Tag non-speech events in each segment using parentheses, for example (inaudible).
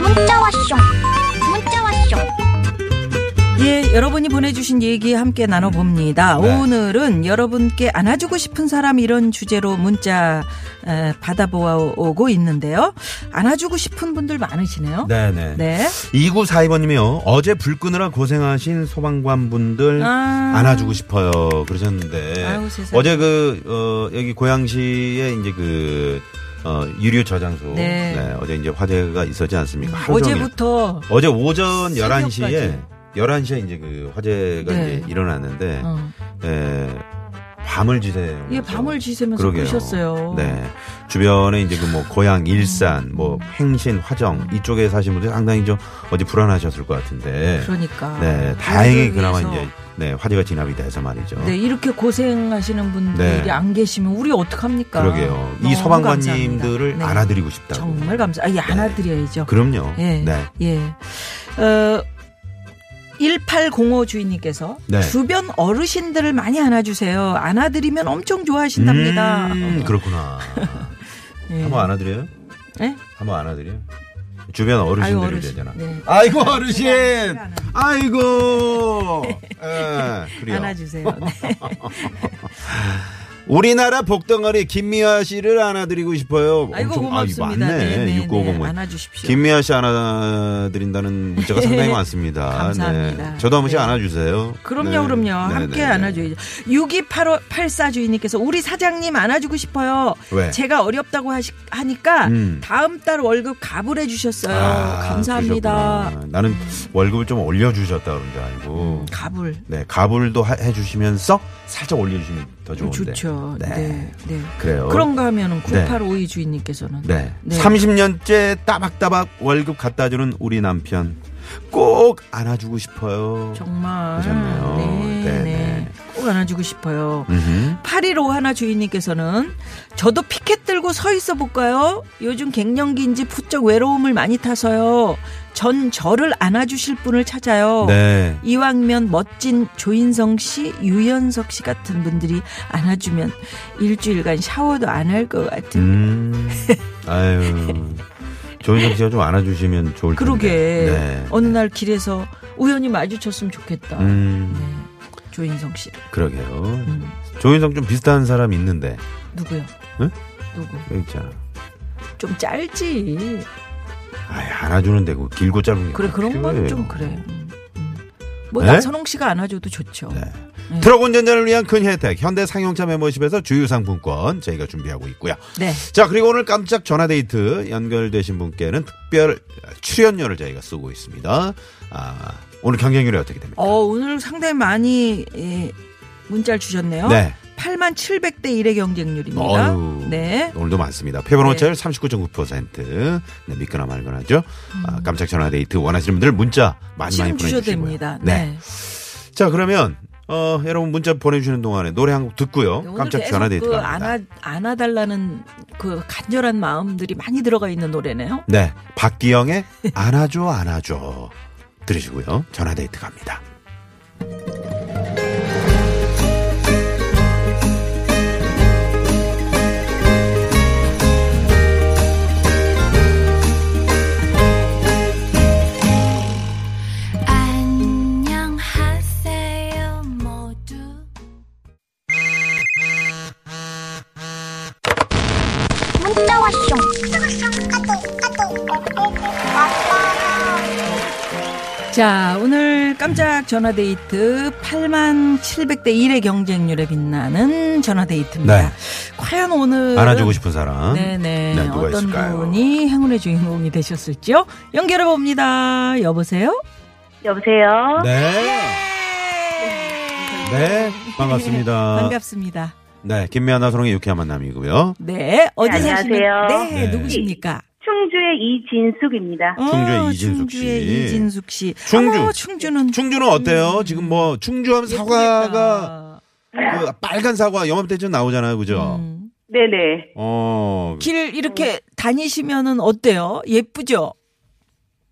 문자 왔쇼 문자 왔쇼 예, 여러분이 보내주신 얘기 함께 나눠봅니다. 네. 오늘은 여러분께 안아주고 싶은 사람 이런 주제로 문자 에, 받아보고 있는데요. 안아주고 싶은 분들 많으시네요. 네네. 네. 2942번님이요. 어제 불 끄느라 고생하신 소방관분들 아. 안아주고 싶어요. 그러셨는데. 아유, 세상에. 어제 그, 어, 여기 고양시에 이제 그, 어, 유류 저장소. 네. 음, 어제 이제 화재가 있었지 않습니까? 하루 종일. 어제부터 어제 오전 11시에, 새벽까지. 11시에 이제 그 화재가 네. 이제 일어났는데, 어, 예, 밤을 지새. 예, 밤을 지새면서 보셨어요. 네. 주변에 이제 그 뭐 고향, 일산, 뭐 행신, 화정 이쪽에 사신 분들 상당히 좀 어디 불안하셨을 것 같은데. 그러니까. 네. 다행히 그들을 그나마 위해서. 이제 네, 화재가 진압이 돼서 말이죠. 네, 이렇게 고생하시는 분들이 네. 안 계시면 우리 어떡합니까? 그러게요. 이 너무 소방관님들을 감사합니다. 네. 안아드리고 네. 싶다고. 정말 감사. 아, 예, 안아드려야죠. 그럼요. 예. 네. 예. 어, 1805 주인님께서 네. 주변 어르신들을 많이 안아주세요. 안아드리면 엄청 좋아하신답니다. 어, 음, 그렇구나. (laughs) 예. 한번 안아드려요? 예? 한번 안아드려요? 주변 아유, 어르신들을 어르신. 되잖아. 네. 아이고 어르신. (laughs) 아이고. 예, 그래요. 안아주세요. (laughs) 네. 우리나라 복덩어리 김미아 씨를 안아드리고 싶어요. 아이고 엄청- 고맙습니다. 아, 맞네. 네, 네, 6950. 네. 안아주십시오. 김미아 씨 안아드린다는 (laughs) 문자가 상당히 많습니다. 감사합니다. 네. 저도 한 번씩 네. 안아주세요. 그럼요, 네. 그럼요. 네, 함께 네, 네. 안아줘야죠. 6284 주인님께서 우리 사장님 안아주고 싶어요. 왜? 제가 어렵다고 하시, 하니까 음. 다음 달 월급 가불해 주셨어요. 아, 감사합니다. 그러셨구나. 나는 월급을 좀 올려주셨다 그런 줄 알고. 음, 가불. 네, 가불도 하- 해주시면서 살짝 올려주시면 더 좋은데. 좋죠. 네. 네. 네. 그래요. 그런가 하면은 어? 네. 0852 주인님께서는 네. 네. 30년째 따박따박 월급 갖다 주는 우리 남편. 꼭 안아주고 싶어요. 정말 하셨네요. 네, 네, 네. 네. 꼭 안아주고 싶어요. 음흠. 815 하나 주인님께서는 저도 피켓 들고 서 있어 볼까요? 요즘 갱년기인지 부쩍 외로움을 많이 타서요. 전 저를 안아주실 분을 찾아요. 네. 이왕면 멋진 조인성 씨, 유연석 씨 같은 분들이 안아주면 일주일간 샤워도 안 할 것 같은. 음. 아유. 조인성 씨가 좀 안아주시면 좋을 텐데. 그러게 네. 어느 날 길에서 우연히 마주쳤으면 좋겠다. 음. 네. 조인성 씨 그러게요. 조인성 좀 비슷한 사람 있는데. 누구요? 응? 누구? 여기 있잖아. 좀 짧지. 아이, 안아주는데 그 길고 짧은 게. 그래 뭐 그런 건 필요해요. 좀 그래. 음, 음. 뭐 네? 나선홍 씨가 안아줘도 좋죠. 네. 트럭 운전자를 위한 큰 혜택 현대 상용차 멤버십에서 주유상품권 저희가 준비하고 있고요. 네. 자 그리고 오늘 깜짝 전화데이트 연결되신 분께는 특별 출연료를 저희가 쓰고 있습니다. 아, 오늘 경쟁률이 어떻게 됩니까? 어 오늘 상당히 많이 예, 문자를 주셨네요. 네. 8만 700대 1의 경쟁률입니다. 어휴, 네. 오늘도 많습니다. 패번 네. 호철 39.9%. 네, 믿거나 말거나죠. 아, 깜짝 전화 데이트 원하시는 분들 문자 많이 지금 많이 주셔도 보내주시고요. 됩니다. 네. 네. 자 그러면 어, 여러분 문자 보내주시는 동안에 노래 한 곡 듣고요. 네, 오늘 깜짝 계속 전화 데이트 그 갑니다. 안아 안아달라는 그 간절한 마음들이 많이 들어가 있는 노래네요. 네, 박기영의 안아줘 안아줘 들으시고요. 전화 데이트 갑니다. 안녕하세요 모두 문자 왔쇼 어. 자, 오늘 깜짝 전화데이트 8만 700대 1의 경쟁률에 빛나는 전화데이트입니다. 네. 과연 오늘 안아주고 싶은 사람. 네네 네, 누가 어떤 있을까요? 분이 행운의 주인공이 되셨을지요? 연결해 봅니다. 여보세요. 여보세요? 네. 네, 반갑습니다. (laughs) 반갑습니다. 네, 김미아나 소롱의 유쾌한 만남이고요. 네 어디 네, 사시는 안녕하세요. 네, 네. 누구십니까? 충주의 이진숙입니다. 어, 충주의 이진숙 씨. 충주의 이진숙 씨. 충주. 어머, 충주는 충주는 어때요? 지금 뭐 충주하면 사과가 예쁘겠다. 그 빨간 사과 영업대전 나오잖아요, 그죠? 음. 네네. 어, 길 이렇게 다니시면은 어때요? 예쁘죠?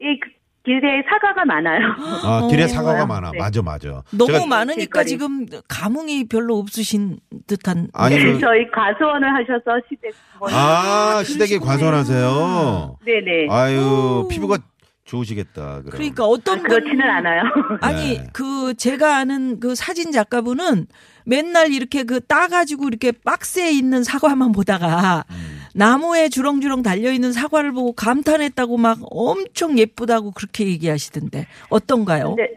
이 그- 길에 사과가 많아요. 아, 길에 사과가 많아. 네. 맞아, 맞아. 어. 너무 제가- 많으니까 길거리. 지금 감흥이 별로 없으신 듯한. 아니, 그- (laughs) 저희 과수원을 하셔서 시댁. 아, 시댁에 관선하세요. 네네. 아유, 피부가 좋으시겠다. 그럼. 그러니까 어떤 분 그렇지는 않아요. 아니 네. 그 제가 아는 그 사진 작가분은 맨날 이렇게 그 따가지고 이렇게 박스에 있는 사과만 보다가 음. 나무에 주렁주렁 달려 있는 사과를 보고 감탄했다고 막 엄청 예쁘다고 그렇게 얘기하시던데 어떤가요? 근데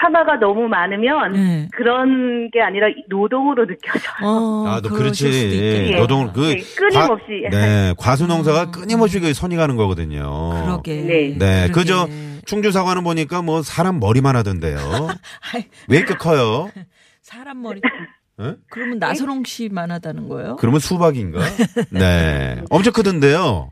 사과가 너무 많으면 네. 그런 게 아니라 노동으로 느껴져요. 어, 아, 너 그러실 수도 그렇지. 있겠네요. 음. 예. 노동을 그 네, 끊임없이. 과, 네, 과수농사가 끊임없이 그 손이 가는 거거든요. 그러게. 네. 네, 그러게. 그죠. 충주 사과는 보니까 뭐 사람 머리만 하던데요. (laughs) 아이, 왜 이렇게 커요? 사람 (laughs) 머리. 응? 그러면 나선홍 씨만 하다는 거예요? 예? 그러면 수박인가? 네, 엄청 크던데요.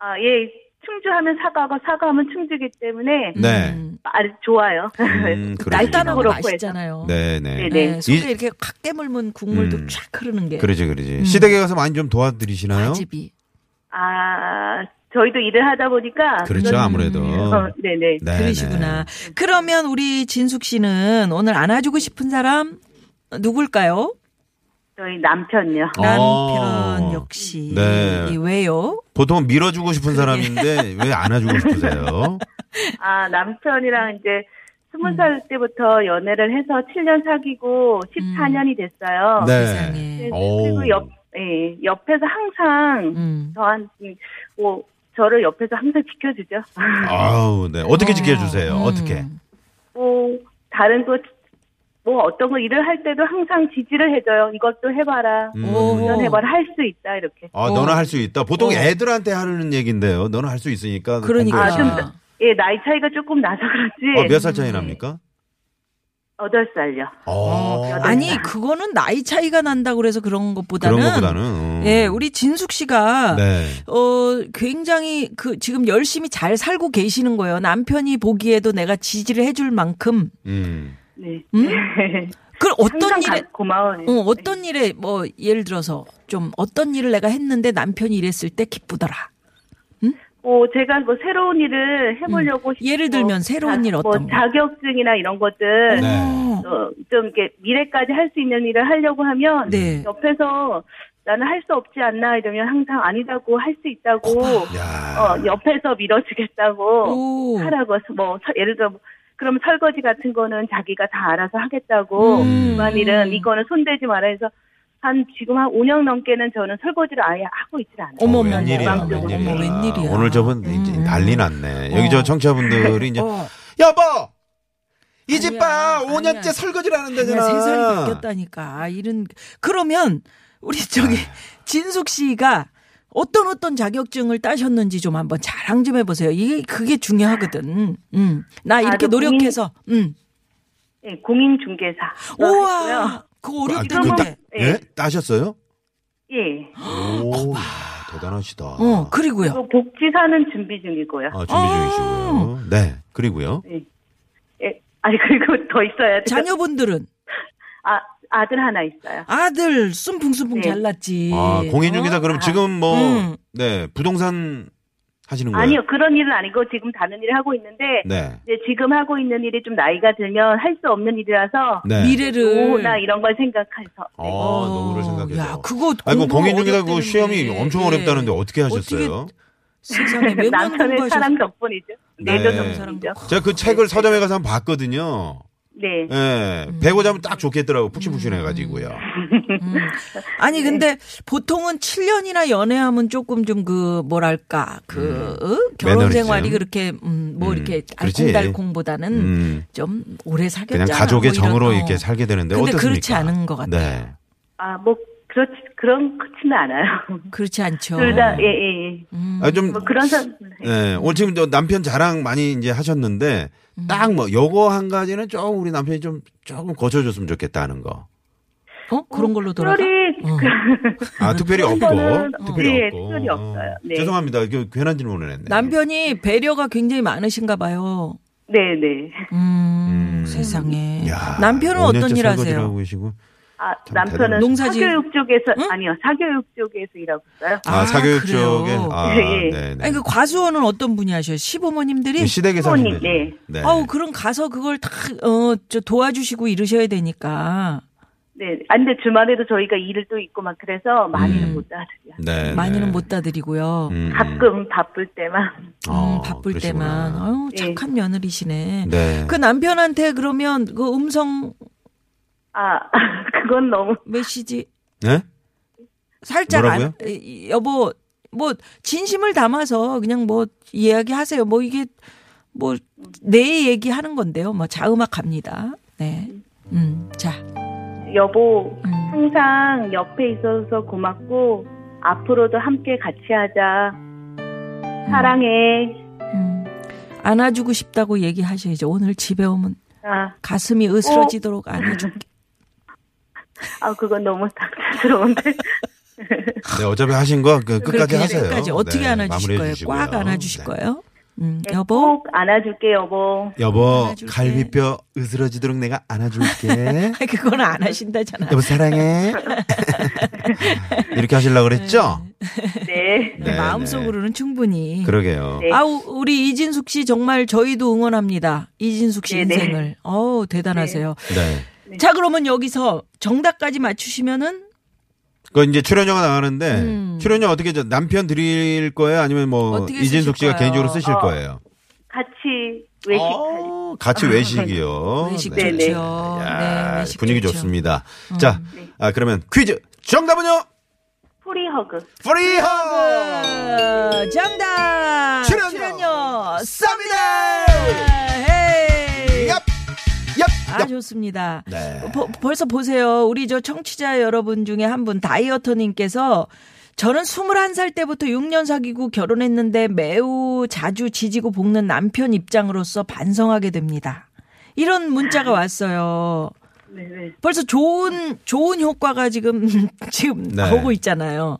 아, 예. 충주하면 사과고 사과하면 충주기 때문에 네. 음, 아, 좋아요. (laughs) 음, 날따는 거 그렇구나. 맛있잖아요. 네, 네. 네. 네, 속에 이- 이렇게 콱 깨물면 국물도 음. 쫙 흐르는 게 그러지, 그러지. 시댁에 가서 많이 좀 도와드리시나요? 음. 집이. 아, 저희도 일을 하다 보니까 그렇죠, 아무래도. 어, 네네. 네, 그러시구나. 그러면 우리 진숙 씨는 오늘 안아주고 싶은 사람 누굴까요? 저희 남편요. 어. 남편 역시. 네. 이 왜요? 보통 밀어주고 싶은 사람인데 왜 안아주고 (laughs) 싶으세요? 아, 남편이랑 이제 스무 살 음. 때부터 연애를 해서 7년 사귀고 음. 14년이 됐어요. 네. 세상에. 어우. 그리고 옆, 예, 옆에서 항상 음. 저한, 뭐, 저를 옆에서 항상 지켜주죠. (laughs) 아우, 네. 어떻게 지켜주세요? 음. 어떻게? 음. 뭐, 다른 거, 뭐, 어떤 거 일을 할 때도 항상 지지를 해줘요. 이것도 해봐라. 음. 도전해봐라. 할 수 있다. 이렇게. 아, 어. 너는 할 수 있다. 보통 어. 애들한테 하는 얘기인데요. 너는 할 수 있으니까. 그러니까. 아, 좀, 공부해라. 예, 나이 차이가 조금 나서 어, 그렇지. 몇 살 차이 납니까? 8살요. 어. 아니, 그거는 나이 차이가 난다고 그래서 그런 것보다는. 그런 것보다는. 음. 예, 우리 진숙 씨가 네. 어, 굉장히 그 지금 열심히 잘 살고 계시는 거예요. 남편이 보기에도 내가 지지를 해줄 만큼. 음. 네. (laughs) 음? 그럼 어떤 항상 일에 가- 고마워요. 어, 어떤 일에 뭐 예를 들어서 좀 어떤 일을 내가 했는데 남편이 이랬을 때 기쁘더라. 뭐 제가 뭐 새로운 일을 해보려고 싶고 음. 예를 들면 새로운 일 어떤 뭐 거? 자격증이나 이런 것들 네. 음. 어, 좀 이렇게 미래까지 할 수 있는 일을 하려고 하면 네. 옆에서 나는 할 수 없지 않나 이러면 항상 아니다고 할 수 있다고 야. 어, 옆에서 밀어주겠다고 오. 하라고 뭐 서- 예를 들어 그럼 설거지 같은 거는 자기가 다 알아서 하겠다고 음. 집안일은 이거는 손대지 마라 해서 한 지금 한 5년 넘게는 저는 설거지를 아예 하고 있질 않아요. 어머, 어, 어머, 웬일이야, 어머, 웬일이야. 어머, 웬일이야. 오늘 저분 이제 음. 난리 났네. 여기 어. 저 청취자분들이 이제 어, 여보 이 아니야, 집 봐. 5년째 아니야. 설거지를 하는데잖아. 그냥 세상이 바뀌었다니까. 아, 이런 그러면 우리 저기 진숙 씨가 어떤 어떤 자격증을 따셨는지 좀 한번 자랑 좀 해보세요. 이게 그게 중요하거든. 음, 나 이렇게 아, 저 공인- 노력해서. 음, 예, 공인중개사. 우와, 그거 아, 어렵다. 그, 따, 근데. 예. 예? 따셨어요? 예. 오, 야, 대단하시다. 어, 그리고요. 그리고 복지사는 준비 중이고요. 아, 준비 어. 중이시고요. 네, 그리고요. 예. 아니 그리고 더 있어야 돼. 자녀분들은 아 아들 하나 있어요. 아들 숨풍숨풍 네. 잘났지. 어? 아, 공인중개사 그럼 지금 뭐, 예. 음. 네, 부동산 하시는 네. 거예요? 아니요 그런 일은 아니고 지금 다른 일을 하고 있는데 음. 네. 이제 지금 하고 있는 일이 좀 나이가 들면 할 수 없는 일이라서 음. 네. 미래를. 노후나 네. 이런 걸 생각해서 아, 어, 노후를 생각해서. 야, 그거 아이고, 공부 공인중개사 그 어렵다는데. 예. 시험이 엄청 어렵다는데 어떻게 하셨어요? 어떻게 세상에 몇년 (laughs) 남편의 공부하셨어? 사랑 덕분이죠. 네. 내조 덕분이죠. 제가 그 책을 서점에 가서 한번 봤거든요. 네. 예, 음. 배고자 하면 딱 좋겠더라고. 푹신푹신해가지고요. 아니 네. 근데 보통은 7년이나 연애하면 조금 좀 그 뭐랄까 그 어? 결혼 음. 매너리즘. 생활이 그렇게 음, 뭐 음, 이렇게 그렇지. 알콩달콩보다는 음. 좀 오래 그냥 사귀었잖아. 뭐 가족의 이런, 정으로 어. 이렇게 살게 되는데 근데 어떻습니까? 그렇지 않은 것 같아요. 네. 아 뭐 그렇지 그런 그렇지는 않아요. 그렇지 않죠. 둘 다 예예. 예. 음. 아, 좀 뭐 그런 사람. 네. 예, 오늘 지금 저 남편 자랑 많이 이제 하셨는데 음. 딱 뭐 요거 한 가지는 조금 우리 남편이 좀 조금 고쳐줬으면 좋겠다는 거. 어? 그런 걸로 돌아가. 특별히 어. (laughs) 아 특별히 없고 그거는, 특별히 예, 없고. 특별히 없어요. 네. 죄송합니다. 그 괜한 질문을 했네. 남편이 배려가 굉장히 많으신가 봐요. (laughs) 네네. 음, 세상에. 야, 남편은 5년째 어떤 일 설거지를 하세요? 하고 계시고. 아, 참 대단하시다. 남편은 농사지- 사교육 쪽에서 응? 아니요 사교육 쪽에서 일하고 있어요. 아, 아, 사교육 그래요? 쪽에 아, 예, 예. 네, 네. 아니 그 과수원은 어떤 분이 하셔요? 시부모님들이 시댁에 사신 부모님, 분이죠. 네. 네. 아우 그럼 가서 그걸 다어저 도와주시고 이러셔야 되니까 네, 안 근데 주말에도 저희가 일을 또 있고 막 그래서 많이는 음. 못 하세요. 네, 많이는 네. 못 다드리고요. 음, 음, 음. 가끔 바쁠 때만. 어, 바쁠 그러시구나. 때만 아유 예. 착한 며느리시네. 네. 그 남편한테 그러면 그 음성 아, (laughs) 그건 너무. 메시지 네? 살짝 안, 뭐라고요? 에, 여보 뭐 진심을 담아서 그냥 뭐 이야기하세요. 뭐 이게 뭐 내 얘기하는 건데요. 뭐 자음악 갑니다. 네. 음. 자. 여보, 음. 항상 옆에 있어서 고맙고, 앞으로도 함께 같이 하자. 사랑해. 음. 안아주고 싶다고 얘기하셔야죠. 오늘 집에 오면 아, 가슴이 으스러지도록 (laughs) 안아줄게. 아 그건 너무 (laughs) (laughs) 당황스러운데. 네, 어차피 하신 거 그, 끝까지 그렇게 하세요. 끝까지 어떻게 네, 안아주실 마무리해 거예요? 주시고요. 꽉 안아주실 네. 거예요? 음, 네, 여보. 꼭 안아줄게, 여보. 여보, 안아줄게. 갈비뼈 으스러지도록 내가 안아줄게. (laughs) 아니, (laughs) 그건 안 하신다잖아. 여보, 사랑해. (laughs) 이렇게 하시려고 그랬죠? (laughs) 네. 네, 마음속으로는 충분히. 그러게요. 네. 아우 우리 이진숙 씨 정말 저희도 응원합니다. 이진숙 씨 네네. 인생을. 어우 대단하세요. 네. 자 그러면 여기서 정답까지 맞추시면은 그 이제 출연료가 나가는데 출연료 어떻게 저 남편 드릴 거예요? 아니면 뭐 음. 어떻게 쓰실 이진숙 씨가 거예요? 개인적으로 쓰실 어, 거예요? 같이 외식할 어, 같이 외식이요. 아. 외식 네. 네네. 좋죠. 야, 네, 외식 분위기 좋죠. 음. 좋습니다. 자, 아, 그러면 퀴즈 정답은요? 프리허그. 프리허그 어, 정답 네! 출연료! 쌉니다. 헤이. 얍, 얍, 네! 아 얍. 좋습니다. 네. 어, 버- 벌써 보세요. 우리 저 청취자 여러분 중에 한 분 다이어터님께서 저는 21살 때부터 6년 사귀고 결혼했는데 매우 자주 지지고 볶는 남편 입장으로서 반성하게 됩니다. 이런 문자가 왔어요. 네네. 벌써 좋은 좋은 효과가 지금 (laughs) 지금 네. 나오고 있잖아요.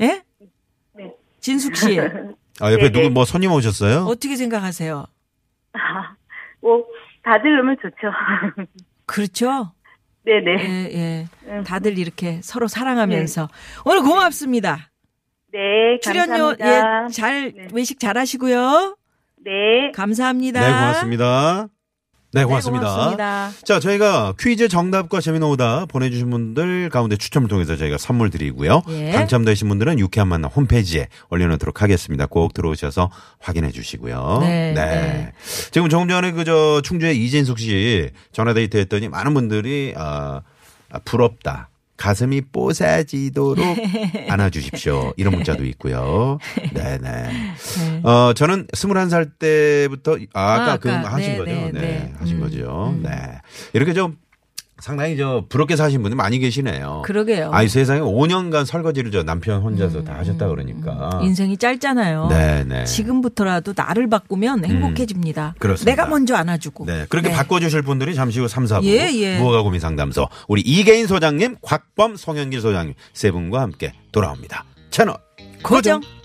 예? 네. 진숙 씨 (laughs) 아, 옆에 네네. 누구 뭐 손님 오셨어요? 어떻게 생각하세요? 뭐, 다들 오면 좋죠. 그렇죠? 네네. 예, 예. 음. 다들 이렇게 서로 사랑하면서 오늘 고맙습니다. 네, 출연료 감사합니다. 예, 잘 네. 외식 잘 하시고요. 네. 감사합니다. 네, 고맙습니다. 네, 고맙습니다. 네, 고맙습니다. 자, 저희가 퀴즈 정답과 재미난 오다 보내주신 분들 가운데 추첨을 통해서 저희가 선물 드리고요. 예. 당첨되신 분들은 유쾌한 만남 홈페이지에 올려놓도록 하겠습니다. 꼭 들어오셔서 확인해 주시고요. 네, 네. 지금 조금 전에 그저 충주의 이진숙 씨 전화데이트 했더니 많은 분들이, 아, 아, 부럽다. 가슴이 (laughs) 뽀사지도록 안아주십시오. 이런 문자도 있고요. 네네. 네. 어, 저는 21살 때부터, 아, 아까 아, 그 아까. 하신 네, 거죠. 네, 네, 네. 하신 음, 거죠. 음. 네. 이렇게 좀 상당히 저 부럽게 사신 분이 많이 계시네요. 그러게요. 음, 아이 세상에 5년간 설거지를 저 남편 혼자서 다 하셨다 그러니까. 인생이 짧잖아요. 네, 네. 지금부터라도 나를 바꾸면 행복해집니다. 그렇습니다. 내가 먼저 안아주고. 네. 그렇게 네. 바꿔주실 분들이 잠시 후 3, 4부. 예, 예. 무허가 고민 상담소. 우리 이계인 소장님, 곽범, 송현길 소장님 세 분과 함께 돌아옵니다. 채널 고정. 고정.